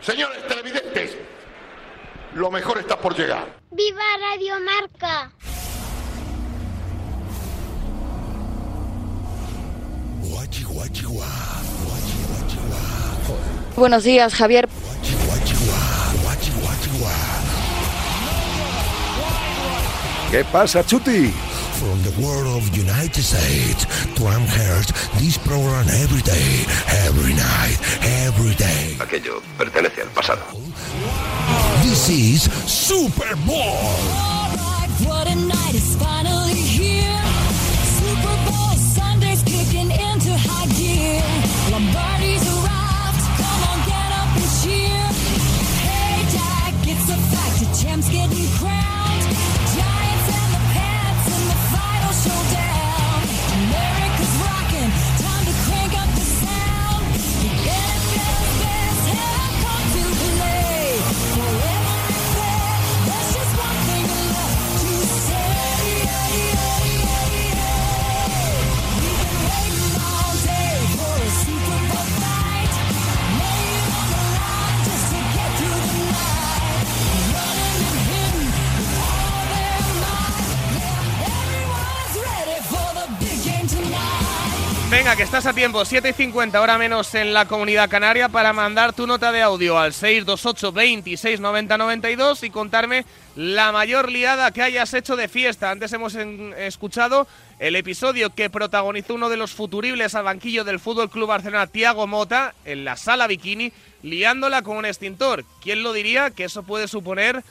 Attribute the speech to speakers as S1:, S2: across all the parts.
S1: Señores televidentes, lo mejor está por llegar.
S2: ¡Viva Radio Marca!
S3: Guachi, guachi, guá. Guachi, guachi, guá.
S4: Buenos días, Javier.
S3: Guachi, guachi, guá. Guachi, guachi, guá.
S5: ¿Qué pasa, Chuti?
S3: From the world of United States to Amherst, this program every day, every night, every day.
S6: Aquello pertenece al pasado.
S3: This is Super Bowl.
S7: Alright, what a night is finally here. Super Bowl Sunday's kicking into high gear. Lombardi's arrived. Come on, get up and cheer. Hey, Jack, it's a fact. The champ's getting crowned. Giants and the Pats in the final showdown. America's rocking. Time to crank up the sound. The NFL fans have come to play. Forever and there, there's just one thing left to say. We've been waiting all day for a Super Bowl fight. Laying on the line just to get through the night. Running and hitting with all their might. Yeah, everyone's ready for the big game tonight.
S8: Venga, que estás a tiempo, 7 y 50, hora menos en la comunidad canaria, para mandar tu nota de audio al 628 26 90 92 y contarme la mayor liada que hayas hecho de fiesta. Antes hemos en- escuchado el episodio que protagonizó uno de los futuribles al banquillo del Fútbol Club Barcelona, Tiago Mota, en la sala bikini, liándola con un extintor. ¿Quién lo diría que eso puede suponer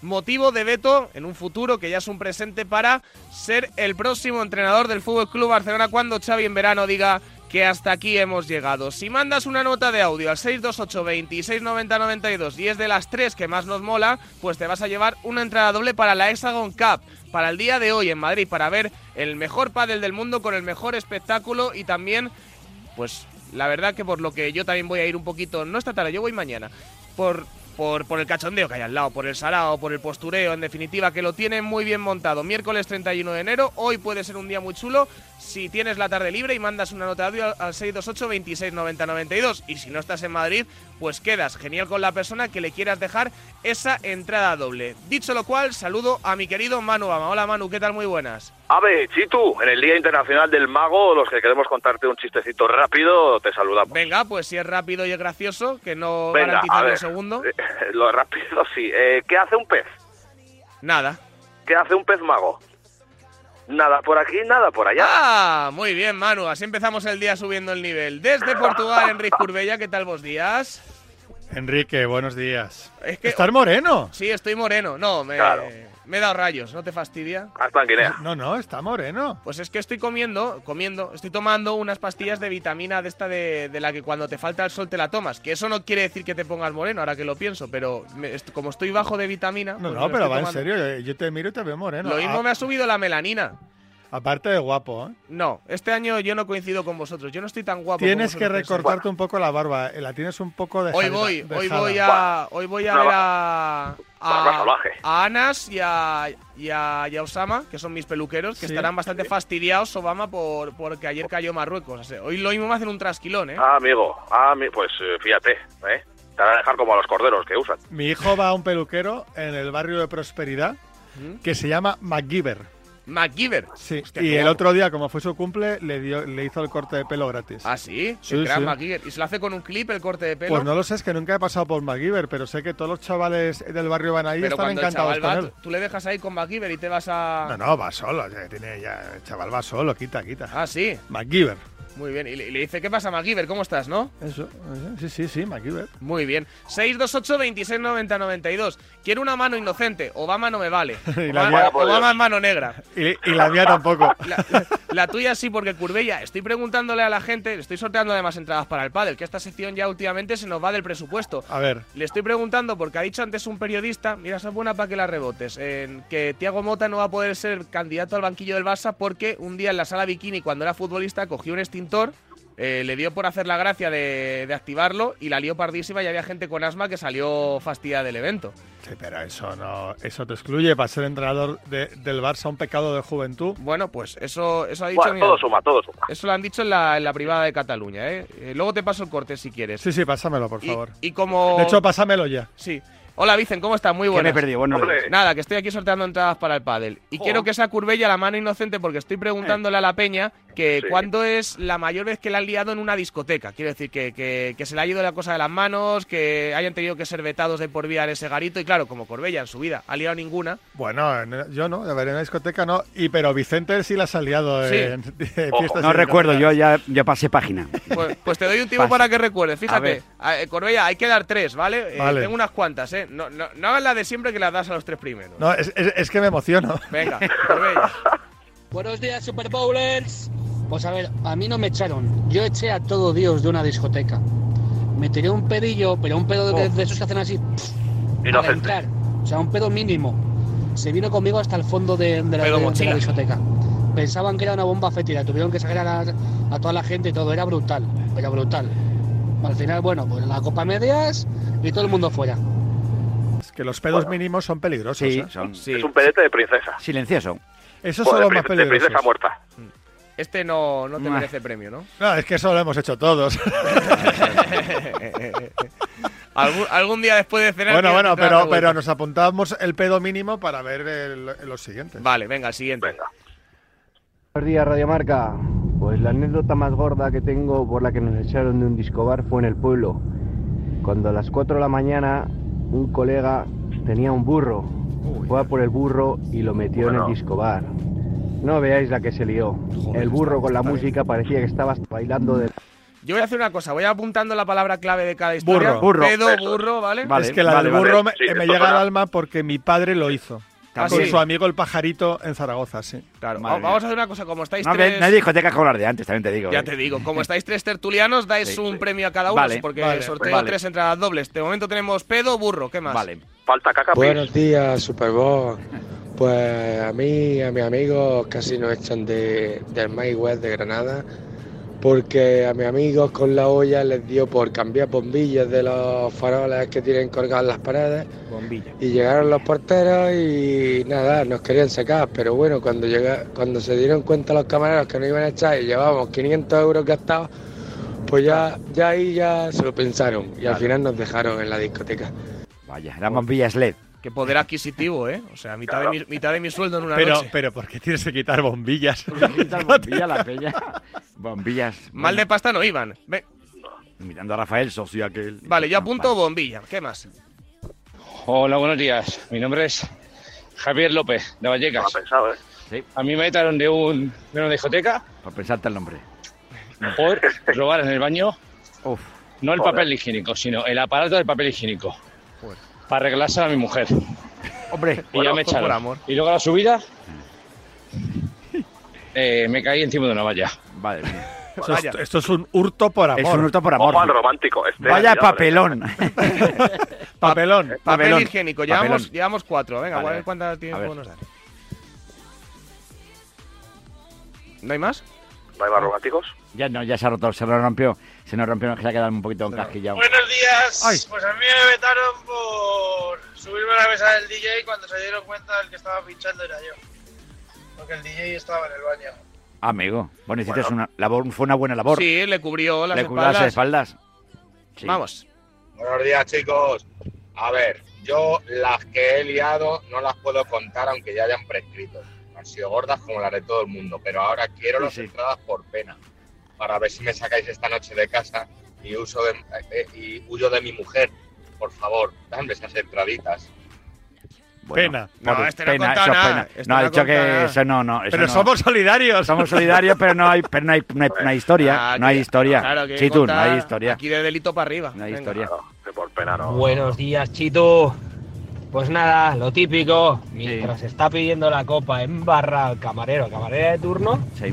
S8: motivo de veto en un futuro que ya es un presente para ser el próximo entrenador del Fútbol Club Barcelona cuando Xavi en verano diga que hasta aquí hemos llegado. Si mandas una nota de audio al 628 26 90 92 y es de las tres que más nos mola, pues te vas a llevar una entrada doble para la Hexagon Cup para el día de hoy en Madrid para ver el mejor pádel del mundo con el mejor espectáculo y también pues la verdad que por lo que yo también voy a ir un poquito, no esta tarde, yo voy mañana, por, por, por el cachondeo que hay al lado, por el sarao, por el postureo, en definitiva, que lo tienen muy bien montado. Miércoles 31 de enero, hoy puede ser un día muy chulo si tienes la tarde libre y mandas una nota de audio al 628 26 90 92. Y si no estás en Madrid, pues quedas genial con la persona que le quieras dejar esa entrada doble. Dicho lo cual, saludo a mi querido Manu Ama. Hola Manu, ¿qué tal? Muy buenas.
S9: Ave, Chitu, en el Día Internacional del Mago, los que queremos contarte un chistecito rápido, te saludamos.
S8: Venga, pues si es rápido y es gracioso, que no
S9: Venga, a
S8: garantiza
S9: ver. eh,
S8: un segundo.
S9: Lo rápido, sí. Eh, ¿Qué hace un pez?
S8: Nada.
S9: ¿Qué hace un pez mago? Nada por aquí, nada por allá.
S8: Ah, muy bien, Manu. Así empezamos el día subiendo el nivel. Desde Portugal, Enrique Curbella, ¿qué tal vos días?
S10: Enrique, buenos días.
S8: Es que-
S10: ¿Estás moreno?
S8: Sí, estoy moreno. No, me,
S9: Claro.
S8: me he dado rayos, ¿no te fastidia?
S9: Hasta Ah, en Guinea.
S10: No, no, está moreno.
S8: Pues es que estoy comiendo, comiendo, estoy tomando unas pastillas de vitamina de esta de, de la que cuando te falta el sol te la tomas. Que eso no quiere decir que te pongas moreno, ahora que lo pienso, pero me- est- como estoy bajo de vitamina.
S10: No,
S8: pues me
S10: no,
S8: lo
S10: pero
S8: estoy
S10: va en
S8: tomando.
S10: serio. eh, ah. Yo te miro y te veo moreno.
S8: Lo mismo
S10: A-
S8: me ha subido la melanina.
S10: Aparte de guapo, ¿eh?
S8: No, este año yo no coincido con vosotros. Yo no estoy tan guapo.
S10: Tienes
S8: como
S10: que
S8: vosotros pensáis.
S10: recortarte un poco la barba. eh, La tienes un poco de
S8: Hoy voy, hoy voy a, hoy voy a
S9: Una
S8: ver a,
S9: barba-
S8: a,
S9: barba salvaje.
S8: a Anas y a, y a, y a Osama, que son mis peluqueros, que
S10: Sí.
S8: estarán bastante fastidiados, Obama, por, porque ayer cayó Marruecos. O sea, hoy lo mismo me hacen un trasquilón, ¿eh?
S9: Ah, amigo, ah, mi- pues eh, fíjate, ¿eh? Te van a dejar como a los corderos que usan.
S10: Mi hijo va a un peluquero en el barrio de Prosperidad que se llama MacGyver.
S8: MacGyver.
S10: Sí.
S8: ¿Mm? Hostia,
S10: y
S8: qué
S10: el
S8: guapo.
S10: otro día, como fue su cumple, le, dio, le hizo el corte de pelo gratis.
S8: Ah, sí,
S10: Sí,
S8: el gran
S10: sí.
S8: MacGyver. ¿Y se lo hace con un clip el corte de pelo?
S10: Pues no lo sé, es que nunca he pasado por MacGyver, pero sé que todos los chavales del barrio van ahí y
S8: Pero
S10: están
S8: cuando el
S10: encantados
S8: chaval
S10: con
S8: va,
S10: él.
S8: tú- tú le dejas ahí con MacGyver y te vas a...
S10: No, no, va solo, ya tiene ya, el chaval va solo, quita, quita.
S8: Ah, sí,
S10: MacGyver.
S8: muy bien. Y le, y le dice, ¿qué pasa, MacGyver? ¿Cómo estás, no?
S10: Eso, eso, sí, sí, sí, MacGyver.
S8: Muy bien. 628-2690-92. Quiero una mano inocente. Obama no me vale.
S10: Y la
S8: Obama,
S10: mía- pues.
S8: Obama es mano negra.
S10: Y, y la mía tampoco.
S8: La, la- la tuya sí, porque Curbella, estoy preguntándole a la gente, estoy sorteando además entradas para el pádel, que esta sección ya últimamente se nos va del presupuesto.
S10: A ver,
S8: Le estoy preguntando porque ha dicho antes un periodista, mira, esa es buena para que la rebotes, en que Tiago Mota no va a poder ser candidato al banquillo del Barça porque un día en la sala bikini cuando era futbolista cogió un extintor eh, le dio por hacer la gracia de, de activarlo y la lió pardísima y había gente con asma que salió fastidiada del evento.
S10: Sí, pero eso no, eso te excluye para ser entrenador de- del Barça un pecado de juventud.
S8: Bueno, pues eso, eso ha dicho.
S9: Bueno,
S8: mira,
S9: todo suma, todo suma.
S8: Eso lo han dicho en la, en la privada de Cataluña, ¿eh? Eh, Luego te paso el corte si quieres.
S10: Sí, sí, pásamelo, por
S8: Y-
S10: favor.
S8: Y, como.
S10: De hecho, pásamelo ya.
S8: sí. Hola, Vicen, ¿cómo estás? Muy
S6: Que me
S8: buenas.
S6: he perdido. Bueno,
S9: Hombre, Oh.
S8: Nada, que estoy aquí sorteando entradas para el pádel. Y quiero que sea Curbella la mano inocente porque estoy preguntándole a la peña que
S9: Sí.
S8: cuándo es la mayor vez que la han liado en una discoteca. Quiero decir, que, que- que se le ha ido la cosa de las manos, que hayan tenido que ser vetados de por vida en ese garito. Y claro, como Corbella en su vida ha liado ninguna,
S10: Bueno, no, yo no, de ver en la discoteca no. Y pero Vicente sí la has liado
S8: Sí.
S10: en, de fiestas.
S9: Ojo,
S10: y
S6: no
S10: discotecas.
S6: recuerdo, yo ya, ya pasé página.
S8: Pues, pues te doy un tiempo
S6: Pasa.
S8: para que recuerdes.
S6: A
S8: Fíjate,
S6: ver.
S8: a- eh, Corbella, hay que dar tres, ¿vale? Eh,
S10: Vale.
S8: tengo unas cuantas, ¿eh? No, no, no hagas la de siempre que las das a los tres primeros.
S10: No, es, es- es que me emociono.
S8: Venga, Corbella.
S11: Buenos días, Super Bowlers. Pues a ver, a mí no me echaron. Yo eché a todo Dios de una discoteca. Me tiré un pedillo, pero un pedo
S8: Oh.
S11: de, de esos que hacen así para
S9: inocente.
S11: entrar. O sea, un pedo mínimo. Se vino conmigo hasta el fondo de, de la,
S8: Pedo
S11: de- de
S8: mochila.
S11: la discoteca. Pensaban que era una bomba fétida. Tuvieron que sacar a, la- a toda la gente y todo. Era brutal, pero brutal. Al final, bueno, pues la copa a medias y todo el mundo fuera.
S10: Es que los pedos
S9: Bueno.
S10: mínimos son peligrosos.
S6: Sí,
S10: ¿eh?
S6: son
S8: Sí,
S9: Es un pedete de princesa.
S6: silencioso.
S10: Esos
S9: O
S10: son
S9: de,
S10: los más
S9: prin- de princesa
S10: peligrosos.
S9: muerta.
S8: este no, no te
S6: Mua.
S8: merece premio, ¿no?
S10: No, es que eso lo hemos hecho todos.
S8: algún, algún día después de cenar.
S10: bueno,
S8: tienes
S10: bueno,
S8: que dar
S10: pero,
S8: una
S10: pero
S8: vuelta.
S10: nos apuntamos el pedo mínimo para ver el- los siguientes.
S8: Vale, venga, el siguiente.
S9: Venga.
S11: Buenos días, Radio Marca. Pues la anécdota más gorda que tengo por la que nos echaron de un discobar fue en el pueblo. Cuando a las 4 de la mañana un colega tenía un burro, fue a por el burro y lo metió en
S9: Bueno.
S11: el discobar. No veáis la que se lió. el burro con la música parecía que estaba hasta bailando de
S8: Yo voy a hacer una cosa, voy apuntando la palabra clave de cada historia.
S10: Burro.
S6: Burro.
S8: Pedo,
S9: Eso.
S8: burro, ¿vale?
S6: Vale.
S10: es que la del
S6: vale.
S10: burro me,
S9: Sí,
S10: me
S9: esto
S10: llega al
S9: suena.
S10: alma porque mi padre lo hizo.
S8: Ah,
S10: con
S8: sí.
S10: su amigo el pajarito en Zaragoza, sí.
S8: Claro,
S6: Madre
S8: vamos a hacer una cosa, como estáis
S6: No,
S8: tres.
S6: ve- no hay discotecas que hablar de antes, también te digo.
S8: Ya
S6: eh.
S8: te digo, como estáis tres tertulianos, dais
S6: Sí,
S8: un
S6: sí.
S8: premio a cada uno,
S6: Vale,
S8: porque
S10: vale,
S8: sorteo
S6: vale.
S8: tres entradas dobles. De momento tenemos pedo, burro, ¿qué más?
S6: Vale.
S9: Falta caca, pis.
S11: días, Superbox. Pues a mí, a mis amigos casi nos echan de, del My West de Granada, porque a mis amigos con la olla les dio por cambiar bombillas de los faroles que tienen colgadas en las paredes. Y llegaron los porteros y nada, nos querían sacar, pero bueno, cuando, llega, cuando se dieron cuenta los camareros que nos iban a echar y llevábamos 500 euros gastados, pues ya, ya ahí ya se lo pensaron y al
S6: Claro.
S11: final nos dejaron en la discoteca.
S6: Vaya, eran bombillas LED.
S8: Qué poder adquisitivo, ¿eh? O sea, mitad, de, mi, mitad de mi sueldo en una
S10: Pero,
S8: noche.
S10: pero, ¿por qué tienes que quitar bombillas?
S6: Bombillas, la peña. Bombillas.
S8: Mal de pasta no iban. Ve-
S6: Mirando a Rafael, socio aquel.
S8: Vale, yo apunto
S6: Ah, Vale.
S8: bombilla. ¿Qué más?
S11: Hola, buenos días. Mi nombre es Javier López, de
S9: No lo
S11: Vallecas.
S9: ha pensado, ¿eh?
S6: Sí,
S11: A mí me echaron de, un, de una discoteca
S6: por pensarte el nombre.
S11: por robar en el baño
S6: Uf.
S11: no el
S9: Joder.
S11: papel higiénico, sino el aparato del papel higiénico. Para arreglárselo a mi mujer.
S6: Hombre,
S11: Y ya me
S8: fue por
S11: echaron.
S8: amor.
S11: Y luego a la subida eh, me caí encima de una valla.
S6: vale. mira.
S10: Eso es- esto es un hurto por amor.
S6: Es un hurto por
S9: Oh, mal
S6: amor.
S9: romántico este.
S6: Vaya
S9: Mira, hombre.
S6: papelón.
S10: Papelón.
S8: Papel
S6: Papelón.
S8: higiénico.
S6: Papelón.
S8: Llevamos, llevamos cuatro. Venga,
S6: Vale,
S8: a ver
S6: vale.
S8: cuántas
S6: A
S8: tiempo
S6: ver.
S8: nos dan. ¿No hay más?
S9: ¿No hay más románticos?
S6: Ya no, ya se ha roto, se nos rompió. Se nos rompió, se ha quedado un poquito encasquillado.
S11: Buenos días.
S10: Ay.
S11: Pues a mí me vetaron por subirme a la mesa del DJ cuando se dieron cuenta del que estaba pinchando era yo. Porque el DJ estaba en el baño.
S6: Amigo, bueno, hiciste una labor, fue una buena labor.
S8: Sí, le cubrió las
S6: Le cubrió
S8: espaldas.
S6: las espaldas. Sí.
S8: Vamos.
S11: Buenos días, chicos. A ver, yo las que he liado no las puedo contar aunque ya hayan prescrito. Han sido gordas como las de todo el mundo, pero ahora quiero
S6: Sí,
S11: las
S6: sí.
S11: entradas por pena. Para ver si me sacáis esta noche de casa y, uso de- eh, eh, y huyo de mi mujer. Por favor, dame esas entraditas.
S10: Pena.
S8: No,
S6: por
S8: este no ha contado
S6: eso es
S8: nada,
S6: pena.
S8: este
S6: no,
S8: no
S6: ha
S8: ha
S6: dicho que
S8: contado nada.
S6: eso no, no. eso
S10: Pero
S6: no.
S10: somos solidarios.
S6: Somos solidarios, pero no hay, pero no hay, no hay, no hay historia.
S8: Ah,
S6: no hay
S8: que-
S6: historia.
S8: claro, que
S6: Chitun, no
S8: contar
S6: hay historia.
S8: Aquí de delito para arriba.
S6: No hay
S8: Venga.
S6: historia.
S9: Claro, que por pena no.
S11: Buenos días, Chito. Pues nada, lo típico. Mientras está pidiendo la copa en barra al camarero, camarera de turno,
S6: Sí.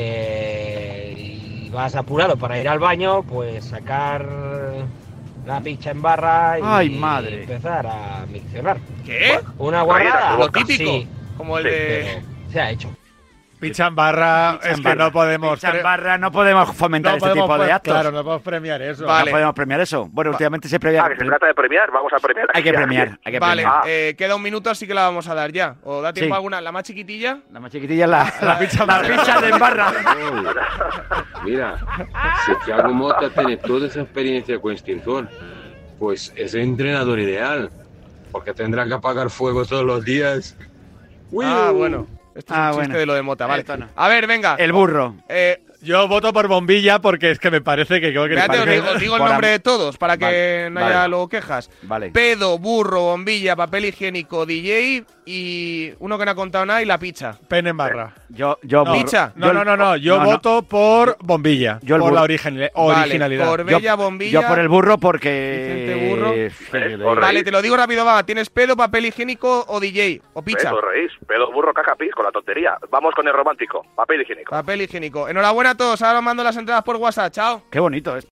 S11: eh, y vas apurado para ir al baño, pues sacar la picha en barra y
S6: Ay, madre.
S11: empezar a miccionar.
S8: ¿Qué?
S11: Una
S9: Rayera,
S11: guardada.
S8: Lo típico.
S11: Sí,
S8: Como el
S9: Sí.
S8: de.
S11: pero se ha hecho.
S10: Pichan barra,
S12: Pichan
S10: es que
S12: barra.
S10: no podemos.
S12: Pichan
S10: pre-
S12: barra, no podemos fomentar
S10: no
S12: este
S10: podemos
S12: tipo de
S10: pre-
S12: actos.
S10: Claro, no podemos premiar eso.
S12: No podemos premiar eso. Bueno, últimamente se premia.
S9: Ah, que se trata de premiar, vamos a premiar.
S12: Hay que premiar, hay que
S8: Vale,
S12: premiar.
S8: eh, queda un minuto, así que la vamos a dar ya. ¿O da tiempo
S12: Sí.
S8: alguna? ¿La más chiquitilla?
S12: La más chiquitilla es la, la, la picha de barra.
S3: Mira, si Thiago Mota tiene toda esa experiencia con extintor, pues es el entrenador ideal, porque tendrá que apagar fuego todos los días.
S8: Ah, bueno. Esto es
S12: Ah,
S8: un chiste
S12: bueno.
S8: de lo de Mota, vale.
S12: Esto no.
S8: A ver, venga.
S12: El burro.
S8: Eh,
S10: Yo voto por bombilla porque es que me parece que creo que.
S8: espérate, os digo, os digo el
S12: Por am-
S8: nombre de todos para que
S12: Vale,
S8: no haya
S12: vale.
S8: luego quejas.
S12: Vale.
S8: Pedo, burro, bombilla, papel higiénico, DJ y uno que no ha contado nada y la picha.
S10: Pen en barra.
S12: Yo, yo
S10: No,
S12: burro.
S8: Picha.
S10: No,
S12: Yo-
S10: no, no, no. Yo
S12: no, no.
S10: voto por bombilla.
S12: Yo el
S10: por
S12: burro.
S10: la originali-
S8: Vale,
S10: originalidad.
S8: por
S12: Yo-
S8: Bella Bombilla.
S12: Yo por el burro porque.
S8: Vicente Burro.
S12: Sí,
S9: eh, Corre.
S8: Vale, te lo digo rápido, va. ¿Tienes pedo, papel higiénico o DJ? ¿O picha?
S9: Pedo, reís, pedo, burro, caca, pis, con la tontería. Vamos con el romántico, papel higiénico.
S8: Papel higiénico. Enhorabuena a todos. Ahora os mando las entradas por WhatsApp. Chao.
S12: Qué bonito esto.